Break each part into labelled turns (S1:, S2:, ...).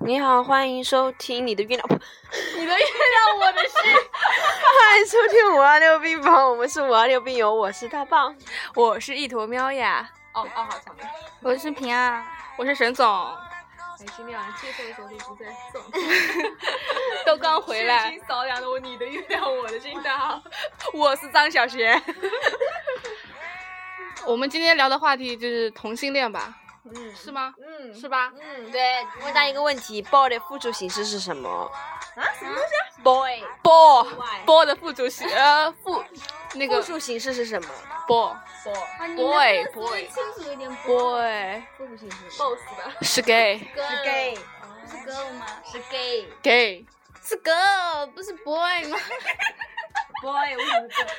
S1: 你好，欢迎收听你的 月亮，
S2: 你的月亮，我的 是，
S1: 欢迎收听五二六病房，我们是五二六病友，我是大棒，
S2: 我是一坨喵呀，
S3: 哦哦，好长啊！
S4: 我是平安，
S2: 我是沈总，
S3: 没事，你好像接受的时候就不在 送。
S2: 都刚回来
S3: 虚，情扫两的我，你的月亮，我的心。大家好，
S2: 我是张小贤。 我们今天聊的话题就是同性恋吧？
S3: 嗯
S2: 是吗？
S3: 嗯
S2: 是吧？
S3: 嗯，
S1: 对，问大家一个问题，boy 的复数形式是什么
S3: 啊，什么东西？
S1: ？boy
S2: boy
S3: Why？
S2: boy 的副主席，呃，副那
S1: 复
S2: 个
S1: 数形式是什么？
S2: boy
S3: 不
S4: 啊你
S2: Boy，
S4: 能不能
S2: boy
S4: 清楚一点
S2: boy
S4: 不清楚
S3: ，boss 吧。
S2: 是 gay
S4: ，girl
S1: 是 gay
S4: 不是 girl 吗？
S1: 是 gay
S2: gay，
S4: 是 girl 不是 boy 吗？
S3: boy，我怎么知道？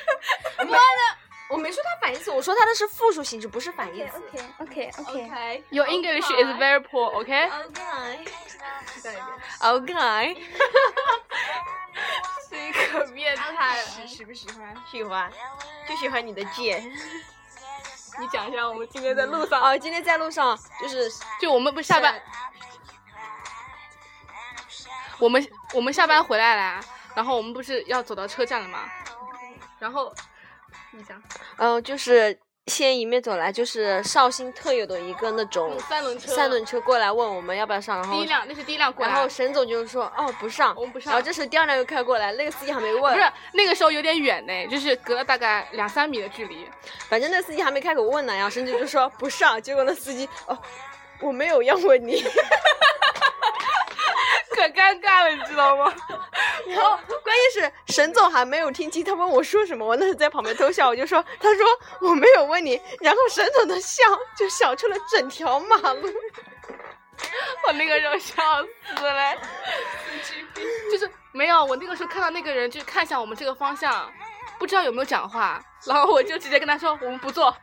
S1: 我没说它反义词，我说它的是复数形式，不是反义
S4: OK
S1: 词。
S4: OK OK
S3: OK。
S2: Your English is very poor, OK?
S4: OK，
S3: 再一遍。
S1: OK，
S2: 是一个变态
S3: 你喜不喜欢？
S1: 喜欢，就喜欢你的 贱。
S2: 你讲一下，我们今天在路上，
S1: 哦，今天在路上就是
S2: 就我们不下班，我们我们下班回来啦，然后我们不是要走到车站了吗？然后你讲，
S1: 嗯、呃就是先迎面走来，就是绍兴特有的一个那种
S2: 三轮车，
S1: 三轮车过来问我们要不要上，然
S2: 第
S1: 后
S2: 一辆哦那是第一辆过来，
S1: 然后沈总就说哦不上
S2: 我，们不
S1: 然后
S2: 上，
S1: 这时候第二辆又开过来，那个司机还没
S2: 不
S1: 问，
S2: 是那个时候有点远呢，就是隔了大概两三米的距离，
S1: 反正那司机还没开口问呢，然后沈总就说不上，结果那司机哦我没有要问 你，
S2: 可尴尬了，你知道吗？
S1: 然后关键是沈总还没有听清他问我说什么，我那时在旁边偷笑，我就说他说我没有问你，然后沈总的笑就笑出了整条马路。
S2: 我那个时候笑死 了，就是没有，我那个时候看到那个人就看向我们这个方向，不知道有没有讲话，然后我就直接跟他说我们不做，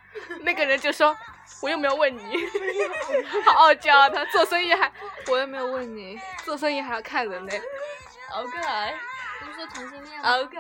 S2: 那个人就说我又没有问 你，好傲娇啊，他做生意还我又没有问你，做生意还要看人呢，
S3: OK。
S4: 不是说同性恋吗？
S3: OK。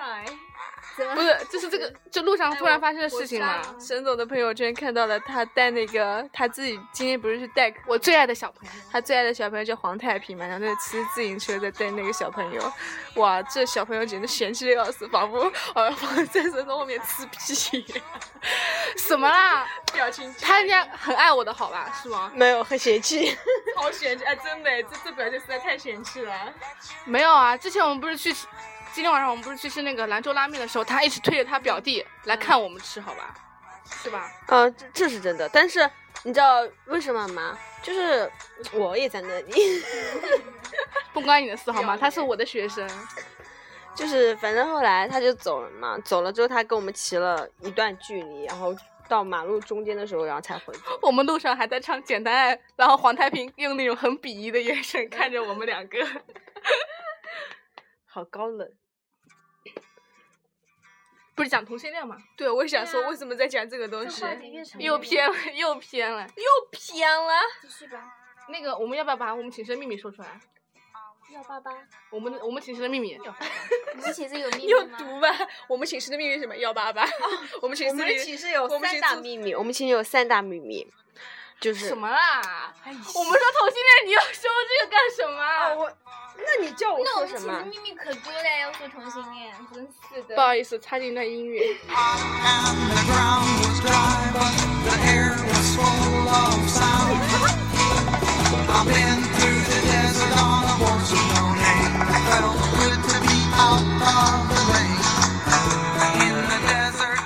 S2: 不是，就是这个就路上突然发生的事情
S3: 哎我我
S2: 嘛，
S5: 沈总的朋友圈看到了，他带那个他自己今天不是去带
S2: 我最爱的小朋友，
S5: 他最爱的小朋友叫黄太平嘛，然后他就骑自行车在带那个小朋友，哇，这小朋友简直嫌弃的要死，仿佛好像仿佛在沈总后面吃屁，
S2: 什么啦？
S5: 表情
S2: 他人家很爱我的好吧，是吗？
S1: 没有，很嫌弃。
S5: 超嫌弃，哎，真的，这这表情实在太嫌弃了。
S2: 没有啊，之前我们不是去吃，今天晚上我们不是去吃那个兰州拉面的时候，他一直推着他表弟来看我们吃，好吧？是吧？
S1: 啊，这这是真的，但是你知道为什么吗？就是我也在那里，
S2: 不关你的事好吗？他是我的学生，
S1: 就是反正后来他就走了嘛，走了之后他跟我们骑了一段距离，然后到马路中间的时候，然后才回去。
S2: 我们路上还在唱《简单爱》，然后黄太平用那种很鄙夷的眼神看着我们两个。
S1: 好高冷，
S2: 不是讲同性恋吗？
S5: 对，我想说，为什么在讲这个东西？
S2: 又偏了，又偏了。
S5: 偏了。
S4: 继续 吧。
S2: 那个，我们要不要把我们寝室的秘密说出来？
S4: 幺八八，
S2: 我们的我们寝室的秘密，
S4: 你们寝室有秘密
S5: 又
S4: 吗？
S5: 读吧，我们寝室的秘密是什么幺八八，我们寝
S1: 我
S5: 室
S1: 们
S5: 里
S1: 寝室有
S5: 我们
S1: 三
S5: 寝
S1: 大
S5: 室
S1: 秘密，我们寝室有三大秘密，就是
S2: 什？么啦？
S5: 哎
S2: 我们说同性恋，你要说这个干什
S1: 啊，
S5: 哦
S2: 么？
S1: 我，那你叫我
S4: 那我
S1: 说什
S4: 们寝室
S1: 么？啊
S4: 秘密可多了，要说同性恋，真是
S2: 不
S4: 的。
S2: 好意思，插进一段音乐。
S6: and the ground was dry, but the air was full of sound. I've been through the desert on a horse with no name. It felt good to be out of the rain. In the desert,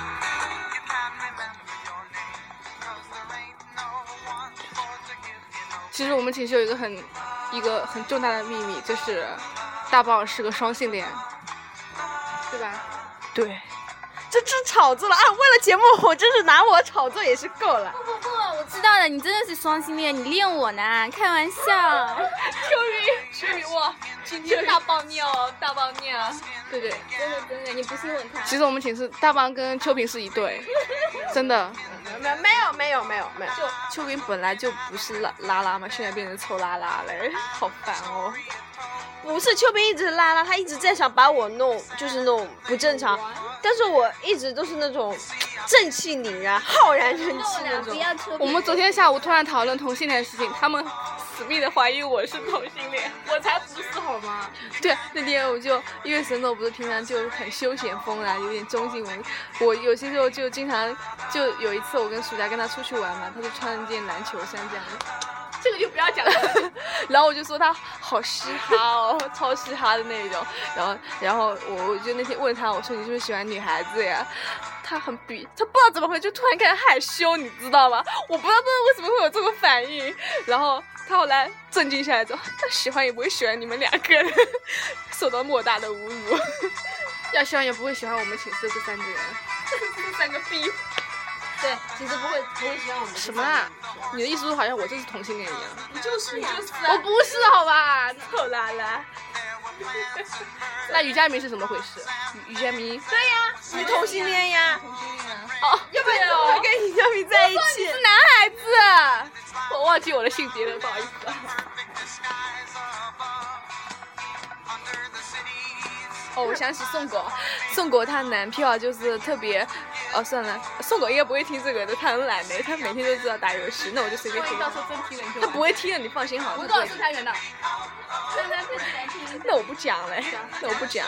S6: you can remember your name, 'cause there ain't no one for to give you no
S2: 其实我们寝室有一个很一个很重大的秘密，就是大宝是个双性恋，对吧？
S5: 对，
S1: 这这炒作了啊！为了节目，我真是拿我炒作也是够了。
S4: 不不不，我知道了，你真的是双性恋，你恋我呢？开玩笑。
S5: 所以哇，今天
S3: 大爆尿哦，大爆尿！
S2: 对对。
S4: 真的真的，你不信问他。
S2: 其实我们寝室大邦跟秋萍是一对，真的。
S1: 没有没有没有没有没有，
S5: 秋萍本来就不是拉拉拉嘛，现在变成臭拉拉了，好烦哦。
S1: 不是秋萍一直拉拉，她一直在想把我弄，就是那种不正常，但是我一直都是那种正气凛然、浩然正气那
S4: 不
S1: 种。
S4: 要扯。
S2: 我们昨天下午突然讨论同性恋的事情，他们死命的怀疑我是同性恋，我才不是好吗？
S5: 对，那天我就因为沈总不是平常就很休闲风啊啦，有点中性文艺。我有些时候就经常，就有一次我跟暑假跟他出去玩嘛，他就穿了一件篮球衫这样子，
S2: 这个就不要讲了。
S5: 然后我就说他好嘻哈哦，超嘻哈的那种。然后，然后我我就那天问他，我说你是不是喜欢女孩子呀？他很比，他不知道怎么回事，就突然开始害羞，你知道吗？我不知道他为什么会有这种反应。然后他后来镇静下来之后，他喜欢也不会喜欢你们两个人，受到莫大的侮辱。
S2: 要喜欢也不会喜欢我们寝室这三个人。
S3: 对，其实不会不会喜欢我们。
S2: 什么啊？你的意思是好像我这是同性恋一样？
S3: 就是就是
S5: 啊
S2: 我不是，好吧？臭拉拉。那于佳明是怎么回事？
S5: 于佳明，
S1: 你同性恋呀？
S2: 哦，要不然
S5: 啊
S1: 怎么会跟尹佳明在一起？
S2: 男孩子？我忘记我的性别了，不好意思啊。
S5: 哦，我想起宋狗，宋狗她男票就是特别，哦算了，宋狗应该不会听这个的，他很懒的，他每天都知道打游戏，那我就随便
S2: 万
S5: 听
S2: 一。到时候真踢了，你就
S5: 他不会听的，你放心好了。
S2: 我
S5: 他不
S2: 告
S5: 会
S2: 诉他人的。
S5: 那我不讲嘞，那我不讲，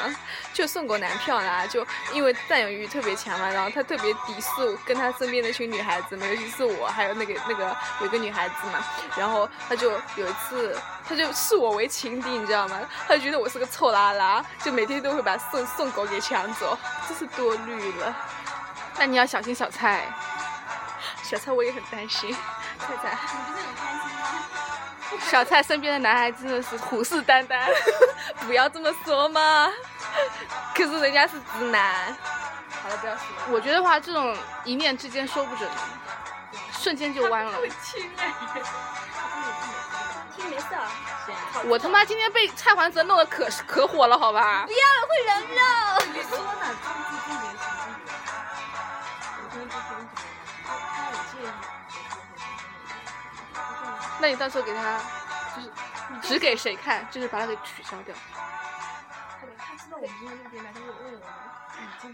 S5: 就宋狗男票啦，就因为占有欲特别强嘛，然后他特别抵触跟他身边那群女孩子嘛，尤其是我，还有那个那个有个女孩子嘛，然后他就有一次，他就视我为情敌，你知道吗？他就觉得我是个臭拉拉，就每天都会把宋宋狗给抢走，真是多虑了。
S2: 那你要小心小蔡。
S5: 小蔡我也很担心， 菜菜，
S2: 小蔡身边的男孩真的是虎视眈 眈。
S5: 不要这么说嘛，可是人家是直男。
S2: 我觉得话，这种一念之间说不准，瞬间就弯了。
S4: 听没事儿，啊
S2: 我他妈今天被蔡桓泽弄得可可火了，好吧
S4: 不？要会人肉。
S2: 那你到时候给他，就是只给谁看，就是把他给取消掉。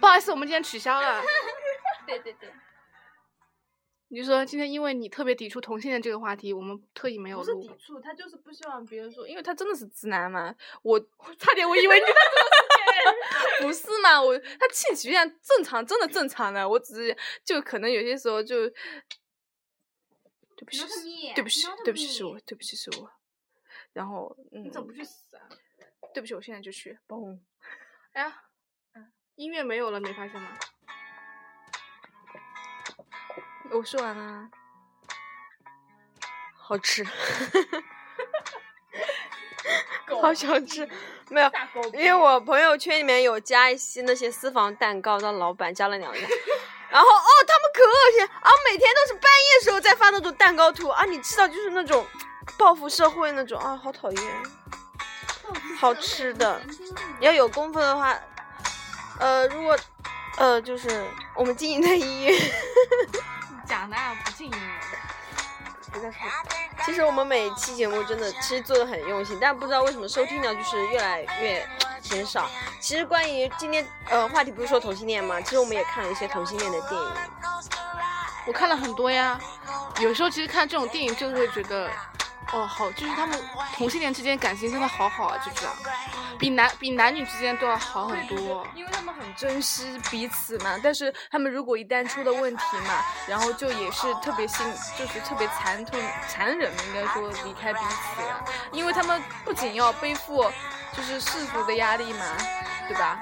S2: 不好意思，我们今天取消了。
S4: 对对对，
S2: 你就说今天因为你特别抵触同性恋这个话题，我们特意没有
S5: 不是
S2: 录
S5: 抵。触，他就是不希望别人说，因为他真的是直男嘛。我差点我以为你 不是嘛，我他性取向正常，真的正常的。我只是就可能有些时候就，对不起
S4: Not，me,
S5: 对不起
S4: not，
S5: 对不起，是
S4: me
S5: 我，对不起，是我。然后，嗯，你怎么不去死啊？对不起，我现在就去。嘣，
S2: 哎呀，音乐没有了，没发现吗？
S5: 我说完啦。
S1: 好吃，好想吃，没有，因为我朋友圈里面有加一些那些私房蛋糕的老板加了两个，然后哦，他们可恶心啊，每天都是半夜时候在发那种蛋糕图啊，你知道就是那种报复社会那种啊，好讨厌。好吃的，要有功夫的话，呃，如果呃，就是我们经营在医院。
S2: 假的啊，不敬业。
S1: 其实我们每期节目 真的其实做的很用心，但不知道为什么收听量就是越来越减少。其实关于今天呃话题不是说同性恋吗？其实我们也看了一些同性恋的电影，
S2: 我看了很多呀，有时候其实看这种电影就会觉得，哦，好，就是他们同性恋之间感情真的好好啊，就这样，比男比男女之间都要好很多。
S5: 因为他们很珍惜彼此嘛，但是他们如果一旦出了问题嘛，然后就也是特别心，就是特别残痛、残忍的，应该说离开彼此了，因为他们不仅要背负就是世俗的压力嘛，对吧？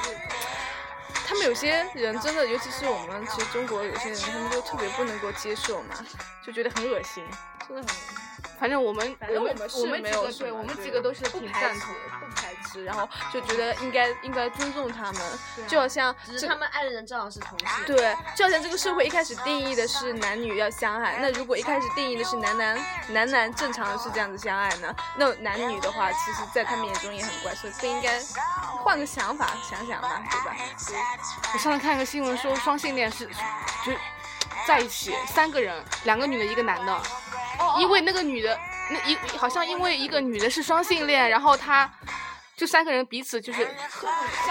S5: 真的是有些时候是，他们有些人真的，尤其是我们其实中国有些人，他们就特别不能够接受嘛，就觉得很恶心，真的很恶心。
S2: 反正我们
S5: 反正
S2: 我
S5: 我们
S2: 我
S5: 是
S2: 们
S5: 没
S2: 几
S5: 有
S2: 个
S5: 什
S2: 对
S5: 么
S2: 我们
S5: 对
S2: 几个都是
S5: 不
S2: 挺
S5: 排
S2: 赞
S5: 斥
S2: 同的。
S5: 不排斥，然后就觉得应该应该尊重他们，就好像这
S3: 他们爱的人正好是同性。
S5: 对，就好像这个社会一开始定义的是男女要相爱，那如果一开始定义的是男男男男正常是这样子相爱呢，那男女的话，其实在他们眼中也很怪，所以不应该换个想法想想吧，对吧？
S2: 我上次看一个新闻说，双性恋是就在一起三个人，两个女的，一个男
S4: 哦
S2: 的，因为那个女的那一好像因为一个女的是双性恋，然后她就三个人彼此就是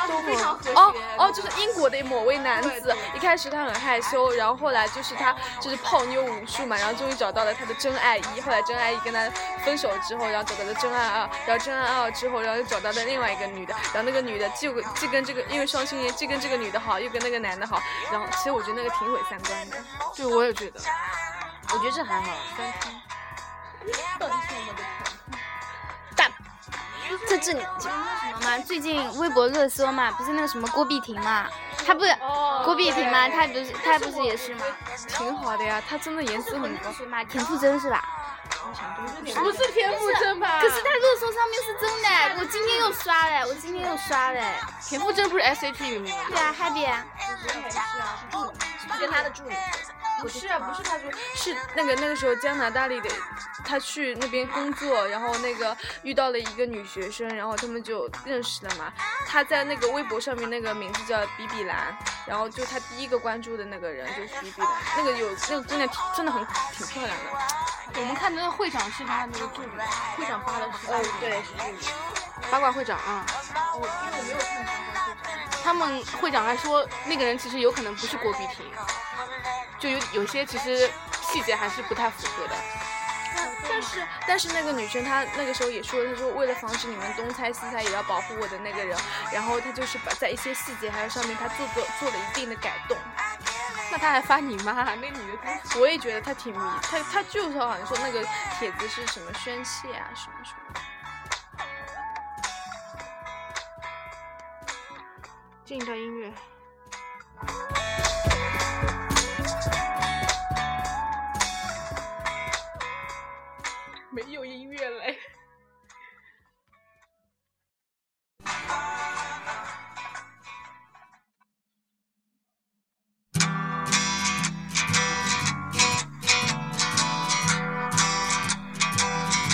S3: 都非常和谐
S5: 哦哦，就是英国的某位男子，一开始他很害羞，然后后来就是他就是泡妞无数嘛，然后终于找到了他的真爱一，后来真爱一跟他分手之后，然后找到了真爱二，然后真爱二之后，然后又找到了另外一个女的，然后那个女的就跟既跟这个因为双性恋，既跟这个女的好，又跟那个男的好，然后其实我觉得那个挺毁三观的。
S2: 对，我也觉得。
S1: 我觉得这还好，
S4: 在这里什么嘛？最近微博热搜嘛，不是那个什么郭碧婷嘛？她不是、郭碧婷嘛？她不是她不是也是嘛？
S5: 挺好的呀，他真的颜值很高。
S4: 是嘛？田馥甄是吧？
S2: 不是田馥甄吧？
S4: 可是她热搜上面是真的，我今天又刷了，我今天又刷了。
S2: 田馥甄不是 S H E 里面的
S4: 对啊，Happy 啊，
S3: 跟他的助理，
S5: 不是啊，不是他说，是那个那个时候加拿大里的，他去那边工作，然后那个遇到了一个女学生，然后他们就认识了嘛。他在那个微博上面那个名字叫比比蓝，然后就他第一个关注的那个人就是比比蓝，那个有那个姑娘挺真的很挺漂亮的。
S2: 我们看那个会长是他那个助理，会长发的是他。
S4: 哦
S3: 对，
S2: 八卦会长啊。我因为我没有看八卦会长。他们会长还说，那个人其实有可能不是郭碧婷，就有有些其实细节还是不太符合的。
S5: 但是但是那个女生她那个时候也说，她说为了防止你们东猜西猜，也要保护我的那个人。然后她就是把在一些细节还有上面，她做做做了一定的改动。
S2: 那他还发你妈，那女的她
S5: 我也觉得他挺迷，他他就是好像说那个帖子是什么宣泄啊，什么什么。
S2: 进一段音乐。没有音乐嘞。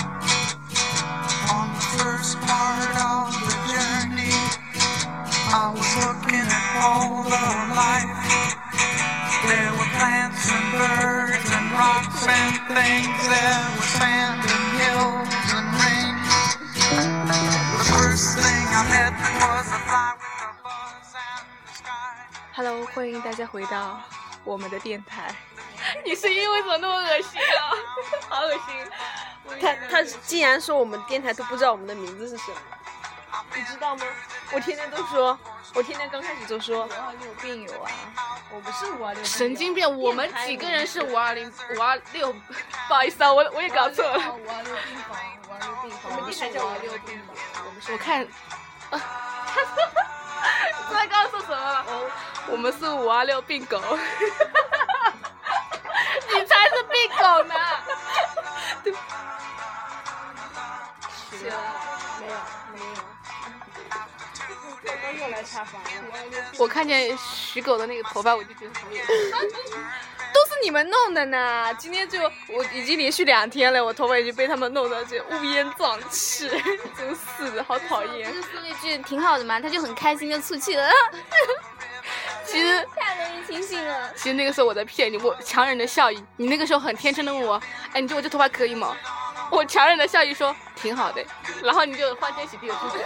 S6: On the first part of the journey, I was looking at all the life. There were plants and birds and rocks and things. There was sand and hills and rain. The first thing I met was a fly with a buzz and the sky.
S5: Hello，欢迎大家回到我们的电台。
S2: 你声音为什么那么恶心啊？好恶心！
S1: 他他竟然说我们电台都不知道我们的名字是什么，你知道吗？我天天都说，我天天刚开始就说，
S5: 有病有啊！
S1: 我不是五二六，
S2: 神经病！我们几个人是五二零五二六，不好意思啊，我我也搞错了。
S3: 五二六病房，五二六病房，
S1: 我们电台叫五二六
S3: 病房。
S2: 我看， 啊，你知道刚刚说什么吗？我们是五二六病狗， 你才是病狗 呢。啊我看见徐狗的那个头发，我就觉得很恶 心。
S5: 都是你们弄的呢！今天就我已经连续两天了，我头发已经被他们弄得这乌烟瘴气，真是的，好讨
S4: 不
S5: 厌。
S4: 是说了一句挺好的嘛，她就很开心就出去了，
S2: 其实
S4: 太容易清醒了。
S2: 其实那个时候我在骗你，我强忍着笑意。你那个时候很天真的问我，哎，你觉得我这头发可以吗？我强忍着笑意说挺好的，然后你就欢天喜地的出去。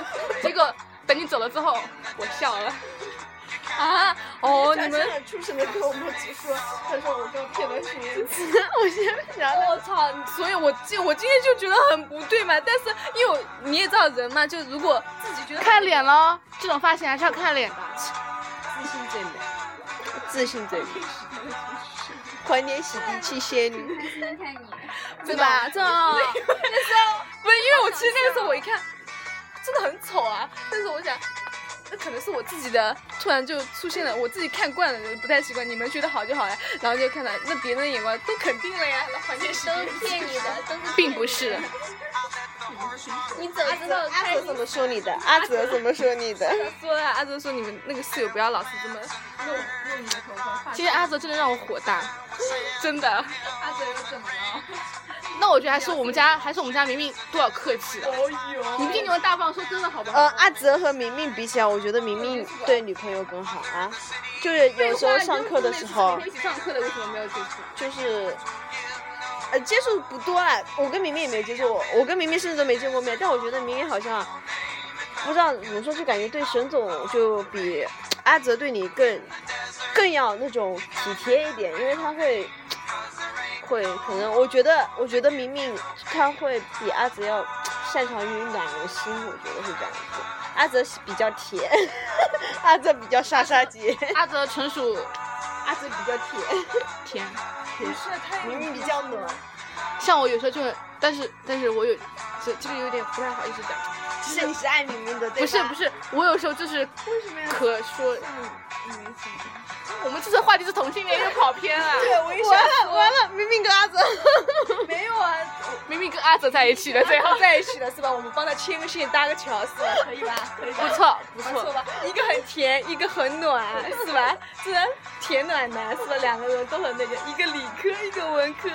S2: 结果等你走了之后，我笑了。
S5: 啊！哦，你们
S1: 出什么跟我们说，他说我被骗了去。
S5: 我操！所以我今我今天就觉得很不对嘛，但是因为我你也知道人嘛，就如果自己觉得
S2: 看脸咯，这种发型还是要看脸的。
S1: 自信最美，自信 最美。欢天喜地去仙女，
S5: 对 吧？这
S2: 啊
S5: 那时候不是因为我其实那个时候我一看，真的很丑啊。但是我想，那可能是我自己的，突然就出现了我自己看惯了，不太习惯。你们觉得好就好了，然后就看到那别人的眼光都肯定了呀，那环境是
S4: 都是骗你的，都是
S2: 并不是，
S4: 你走之后
S1: 阿泽怎么说你的？阿泽怎么说你的？
S5: 说啊，阿哲说你们那个室友不要老是这么，
S2: 今天阿泽真的让我火大，真的。阿泽又怎么了？那我觉得还是我们家，还是我们家明明多少客气了。你不信你们大方说真的好不好？
S1: 呃，阿泽和明明比起来，我觉得明明对女朋友更好啊。就是有时候上课的时候
S2: 每，天一起上课的为什么没有接触？
S1: 就是呃接触不多啊。我跟明明也没有接触过，我跟明明甚至都没见过面，但我觉得明明好像不知道怎么说，就感觉对沈总就比阿泽对你更更要那种体贴一点，因为他会会可能我觉得我觉得明明他会比阿泽要擅长于暖人心，我觉得会这样子。阿泽是比较甜， 阿泽比较莎莎姐，
S2: 阿泽纯属
S1: 阿泽比较甜，
S2: 甜，
S1: 明明比较暖。
S2: 像我有时候就很，但是但是我有，这这个有点不太好意思讲。
S1: 其实你是爱明明的，对
S2: 不是
S1: 吧
S2: 不是，我有时候就是可说，我们这次话题是同性恋又跑偏了。
S1: 对，我一想完了完了，明明跟阿泽
S5: 没有啊，
S2: 明明跟阿泽在一起了，最后
S5: 后在一起了是吧？我们帮他牵个线，搭个桥是吧？可以吧？可以吧
S2: 不错不
S5: 不错
S2: 错。
S5: 吧？一个很甜，一个很暖，是吧？这甜暖男是吧？两个人都很那个，一个理科，一个文科，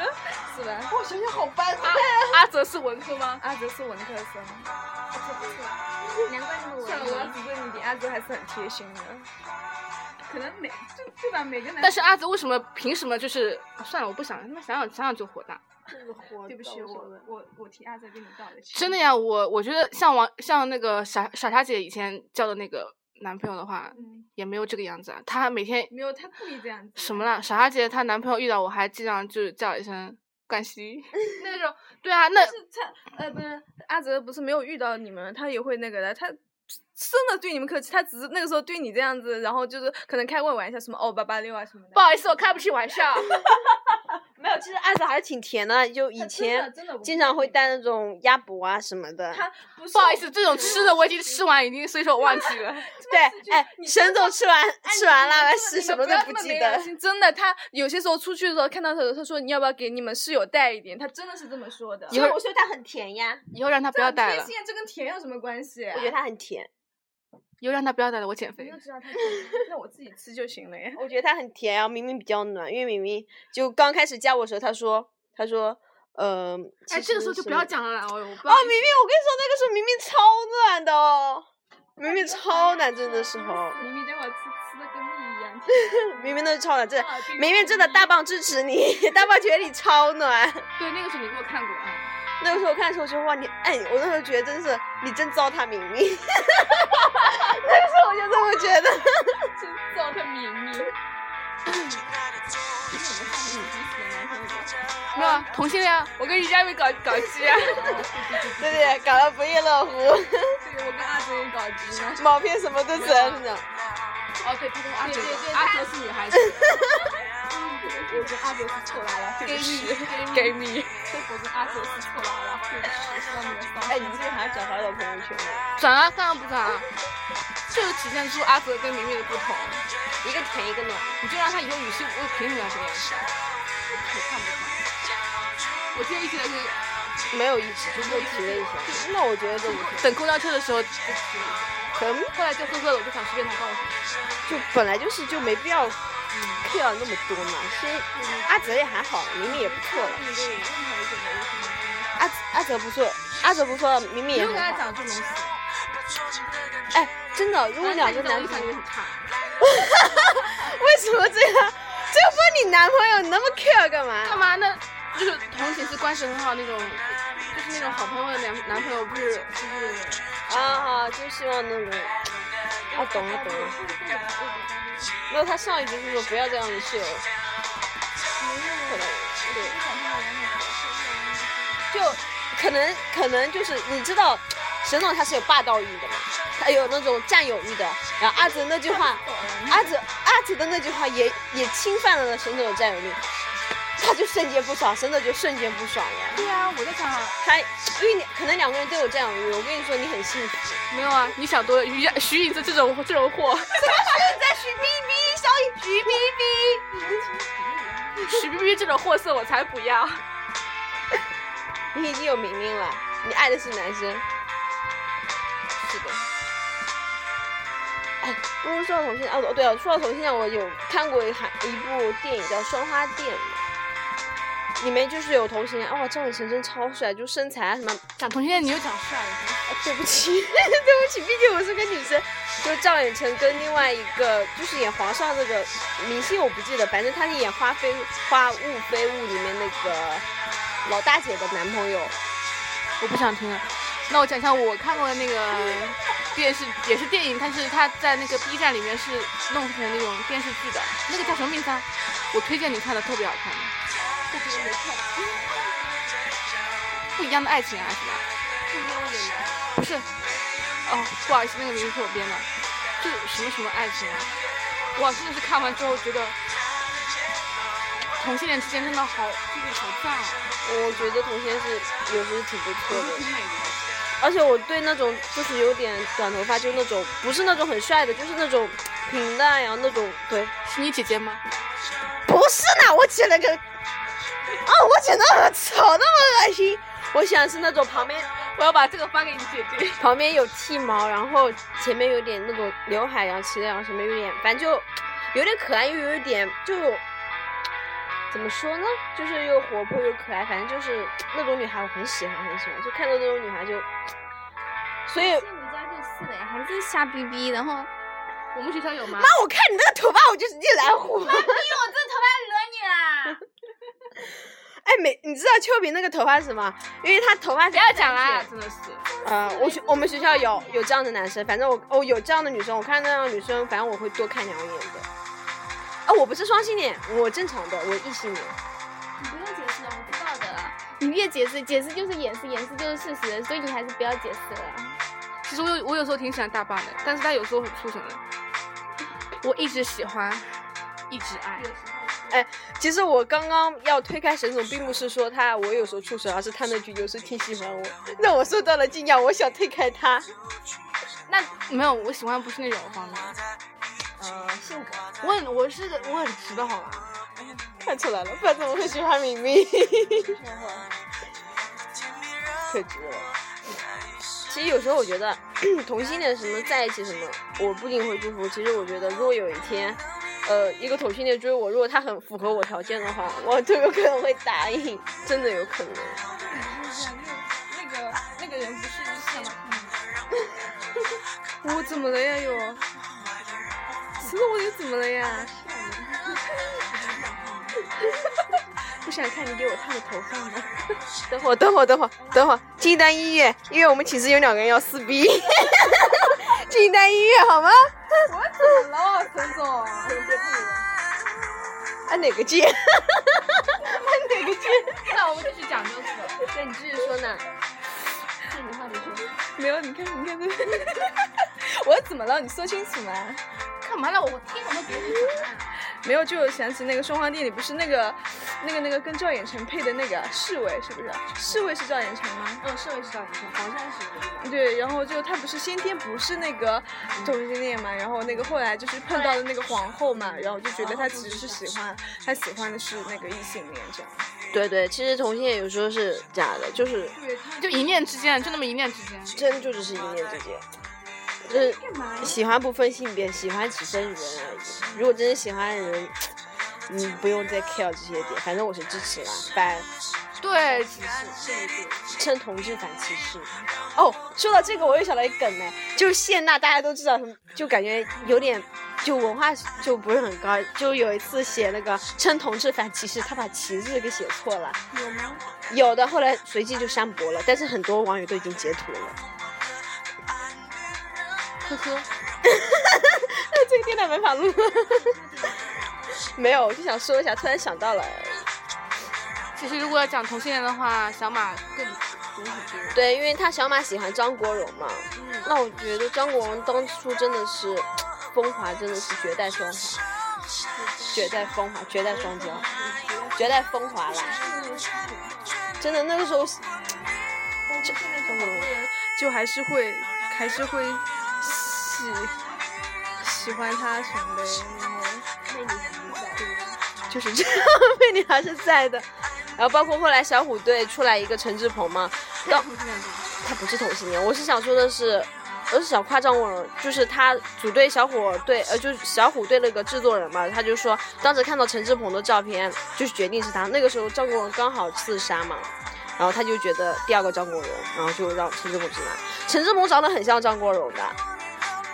S5: 是吧？
S1: 我想想好办法。
S2: 阿泽是文科吗？
S5: 阿泽是文科生，
S4: 难怪那么
S5: 算了，我要
S4: 文。
S5: 指正一点，阿泽啊还是很贴心的。可能每就对吧？每个男
S2: 但是阿泽为什么凭什么就是、啊算了，我不想了，他妈想想想想就火大。
S5: 对不起，我我我替阿泽跟你道个歉。
S2: 真的呀，我我觉得像王像那个傻傻傻姐以前交的那个男朋友的话，
S5: 嗯，
S2: 也没有这个样子啊。她每天
S5: 没有，他故意这样子。
S2: 什么啦？傻傻姐她男朋友遇到我还经常就是叫一声冠希，那种对啊，那
S5: 是他呃不是阿泽不是没有遇到你们，他也会那个的，他。真的对你们客气，他只是那个时候对你这样子，然后就是可能开过玩笑，什么哦八八六啊什么的。
S2: 不好意思，我开不起玩 笑。
S1: 没有，其实阿泽还是挺甜的，就以前
S5: 真的不
S1: 经常会带那种鸭脖啊什么的。
S5: 他不是
S2: 不好意思，这种吃的我已经吃完，已经随手忘记了。
S1: 对，哎，沈总吃完
S5: 哎
S1: 吃完了，完是
S5: 是
S1: 什么都不记得。。
S5: 真的，他有些时候出去的时候看到他，他说你要不要给你们室友带一点？他真的是这么说的。
S2: 以后
S1: 说他很甜呀，
S2: 以后让她不要带
S5: 这
S2: 了
S5: 很，贴心这跟甜有什么关系？啊
S1: 我觉得他很甜，
S2: 以后让她不要带了，我减
S5: 你
S2: 肥
S5: 就。知道他， 那我自己吃就行了 呀。
S1: 我觉得他很甜。然后明明比较暖，因为明明就刚开始加我的时候，他说他说，呃，
S2: 哎，
S1: 其
S2: 这个时候
S1: 实
S2: 就不
S1: 什
S2: 要
S1: 么
S2: 讲了啦，我我不
S1: 哦，明明，我跟你说，那个时候明明超暖的哦，明明超暖，真的时候，
S5: 明明待会儿吃吃的跟蜜一样。
S1: 明明那是超暖，真的，明啊明真的大棒支持你， 大棒觉得你超暖。
S2: 对那个时候你给我看过啊，
S1: 那个时候我看的时候，我觉得哇，你哎，我那时候觉得真是你真糟蹋明明。那个 时候我就这么觉得。
S5: 糟蹋明明。
S2: 没有啊同性恋啊，我跟于佳伟搞搞基啊。
S1: 对对对，搞得不亦乐乎，
S5: 这个我跟阿哲也搞基呢。
S1: 毛片什么都成呢。
S2: 哦，对，他跟阿哲，
S5: 阿
S2: 阿哲是女 孩子，
S5: 我跟阿哲是错拉拉，对不起，
S2: 给你
S5: 我跟阿哲是错拉拉，对不起，希望你们放过我。
S1: 哎，你最近还转发到朋友圈了，
S2: 转啊，干嘛不转啊？就是体现出阿哲跟明明的不同，
S1: 一个甜一个暖。
S2: 你就让他以后语气，我凭什么要这个样子？可看不看？我今天一直在这
S1: 没有一直就过提了一下，那我觉得这不错。
S2: 等公交车的时候，
S1: 可能
S2: 后来就呵呵了，我就想随便他告诉我。
S1: 就本来就是就没必要 care 那么多嘛。其实阿泽也还好，明明也不错了。
S2: 嗯
S1: 阿阿泽不错，阿泽不错，明明也很好。
S2: 讲这种东西，
S1: 哎，真的，如果两个男
S2: 印
S1: 朋
S2: 象
S1: 友
S2: 就，很差。
S1: 为什么这样？这又不是你男朋友，你那么 care 干
S2: 干
S1: 嘛？
S2: 嘛呢？就是同寝室关系很好那种，就是那种好朋友的男男朋友，不是就是
S1: 啊，就希望那种。啊，懂了懂了。没有，他上一句是说不要再让你室友。可能对。就可能可能就是你知道，沈总他是有霸道欲的嘛，他有那种占有欲的。然后阿泽那句话，阿泽阿泽的那句话也也侵犯了沈总的占有欲，他就瞬间不爽，沈总就瞬间不爽了。
S2: 对啊，我在想，
S1: 他因为你可能两个人都有占有欲，我跟你说你很幸福。
S2: 没有啊，你想多了。于佳徐颖子这种这种货，
S1: 在徐逼逼，小雨徐逼逼。
S2: 徐冰冰这种货色我才不要。
S1: 你已经有明明了，你爱的是男生。
S2: 是的，
S1: 哎，不如说到同性恋哦，对了，说到同性恋，我有看过一韩一部电影叫《双花店》嘛，里面就是有同性恋，哇、张雨晨真超帅，就身材啊什么，
S2: 讲同性恋你又讲帅了，
S1: 啊对不起， 对不起，毕竟我是个女生。就赵远成跟另外一个就是演皇上那个明星，我不记得，反正他是演《花非花雾非雾》里面那个老大姐的男朋友。
S2: 我不想听了。那我讲一下我看过的那个电视也是电影，但是它在那个 B 站里面是弄成那种电视剧的，那个叫什么名字啊？我推荐你看的，特别好看。不一样的爱情啊，什么？不是，哦，不好意思，那个名字是我编的，就是什么什么爱情啊。哇，真的是看完之后觉得，同性恋之间真的好，就是好赞啊！
S1: 我觉得童先是有时候挺不错的，而且我对那种就是有点短头发，就那种不是那种很帅的，就是那种平淡呀、那种对。
S2: 是你姐姐吗？
S1: 不是呢，我剪了个，啊，我剪的很丑，那么恶心。我想是那种旁边
S2: 我要把这个发给你姐姐。
S1: 旁边有剃毛，然后前面有点那种刘海，然后齐的，然后什么有点，反正就有点可爱，又有点就怎么说呢，就是又活泼又可爱，反正就是那种女孩我很喜欢，很喜欢，就看到那种女孩就，所 以
S4: 我们家就是的，还是瞎逼逼，然后妈，我
S2: 我们学校有吗？
S1: 妈，我看你那个头发，我就直接来火。
S4: 这头发惹你啦！
S1: 哎，每你知道丘比那个头发是什么？因为他头发
S2: 不要讲啦，真的是。
S1: 呃，我学我们学校有有这样的男生，反正我哦有这样的女生，我看那样的女生，反正我会多看两眼的。啊，我不是双性恋，我正常的，我异性恋。
S4: 你不用解释了，我知道的了。你越解释，解释就是掩饰，掩饰就是事实，所以你还是不要解释了。
S2: 其实我有我有时候挺喜欢大棒的，但是他有时候很畜生的。我一直喜欢，一直爱。
S1: 其实我刚刚要推开沈总，并不是说他我有时候出手，而是他那句有时候挺喜欢我，让我受到了惊讶，我想推开他。
S2: 那没有，我喜欢不是那种方面。
S1: 呃，性格
S2: 我很我是个我很直的好吧？
S1: 看出来了，不然怎么会喜欢明明？可值了。其实有时候我觉得同性恋什么在一起什么，我不一定会祝福。其实我觉得，如果有一天，呃，一个同性恋追我，如果他很符合我条件的话，我就有可能会答应，真的有可能。
S3: 那个那个人不是一 线吗？
S5: 我怎么了呀又？石头我又怎么了呀？ 不想看你给我烫的头发吗？
S1: 等会儿，等会儿，等会儿，等会儿，进一段音乐，因为我们寝室有两个人要撕逼， 进一段音乐好吗？
S3: 老哦陈总，
S1: 按哪个键？
S2: 那我们继续讲就是了。
S1: 对，你继续说呢。
S5: 没有，你看，你看这， 我怎么了？你说清楚嘛。
S2: 干嘛呢？我听什么别人讲啊？
S5: 没有，就想起那个双簧店里不是那个，那个那个跟赵寅成配的那个侍卫是不是？侍卫是赵寅成吗？
S2: 嗯，社会是上好像是。
S5: 对，然后就他不是先天不是那个同性恋嘛，然后那个后来就是碰到了那个皇后嘛，
S2: 嗯
S5: 然后就觉得他其实是喜
S2: 哦
S5: 欢，他喜欢的是那个异性恋这样。
S1: 对对，其实同性恋有时候是假的，就是
S2: 就一念之间，就那么一念之间。
S1: 真就只是一念之间，就是喜欢不分性别，喜欢只分人而已。如果真的喜欢人，你不用再 care 这些点，反正我是支持啦，反
S2: 对，其实
S1: 称同志反歧视。哦，说到这个，我又想到一梗呢，就是谢娜，大家都知道什么，就感觉有点。就文化就不是很高，就有一次写那个称同志反歧视，他把歧视给写错了。有的后来随即就删博了，但是很多网友都已经截图了。
S2: 呵呵，
S1: 这个电台没法录。 没有，我就想说一下，突然想到了。
S2: 其实如果要讲同性恋的话，小马更懂很多。
S1: 对，因为他小马喜欢张国荣嘛，那我觉得张国荣当初真的是风华，真的是绝代双华，绝代风华，绝代双骄，绝代风华啦！真的那个时候，这张国荣
S5: 就还是会还是会喜喜欢他什么的，然后
S1: 就是这样， 魅力还是在的。然后包括后来小虎队出来一个陈志朋嘛，到他不是同性恋，我是想说的是，我是想夸张我，就是他组队小虎队，呃，就是小虎队那个制作人嘛，他就说当时看到陈志朋的照片，就是决定是他。那个时候张国荣刚好自杀嘛，然后他就觉得第二个张国荣，然后就让陈志朋进来。陈志朋长得很像张国荣的，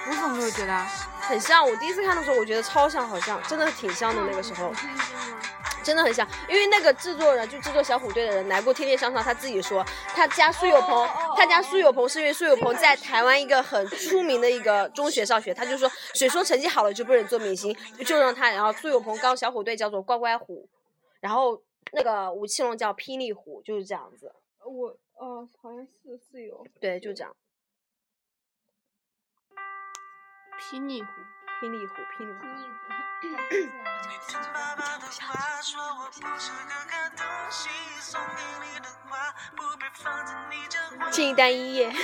S2: 我怎么没有觉得啊？
S1: 很像。我第一次看的时候，我觉得超像，好像真的挺像的。那个时候，真的很像，因为那个制作人就制作小虎队的人来过《天天向上》，他自己说他家苏有朋，哦他家苏有朋是因为苏有朋在台湾一个很出名的一个中学上学，他就说谁说成绩好了就不能做明星，就让他。然后苏有朋告小虎队叫做乖乖虎，然后那个吴奇隆叫霹雳虎，就是这样子。
S3: 我哦，好像是是有
S1: 对，就这样，
S2: 霹雳虎，
S1: 霹雳虎，霹雳虎。庆单一夜。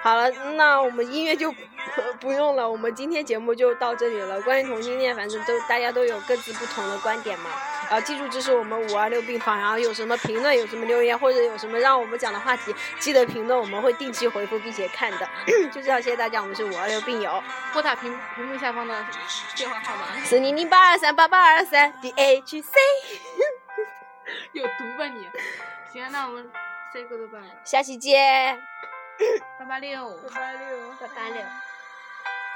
S1: 好了，那我们音乐就呃不用了，我们今天节目就到这里了。关于同性恋，反正都大家都有各自不同的观点嘛。然后记住，这是我们五二六病房。然后有什么评论，有什么留言，或者有什么让我们讲的话题，记得评论，我们会定期回复并且看的。 就这样，谢谢大家，我们是五二六病友，
S2: 拨打屏屏幕下方的电话号码。
S1: 四零零八二三八八二三 DHC，
S2: 有毒吧你？行，啊那我们 say goodbye，
S1: 下期见，
S2: 八八六。
S3: 八八六。
S1: 八八六。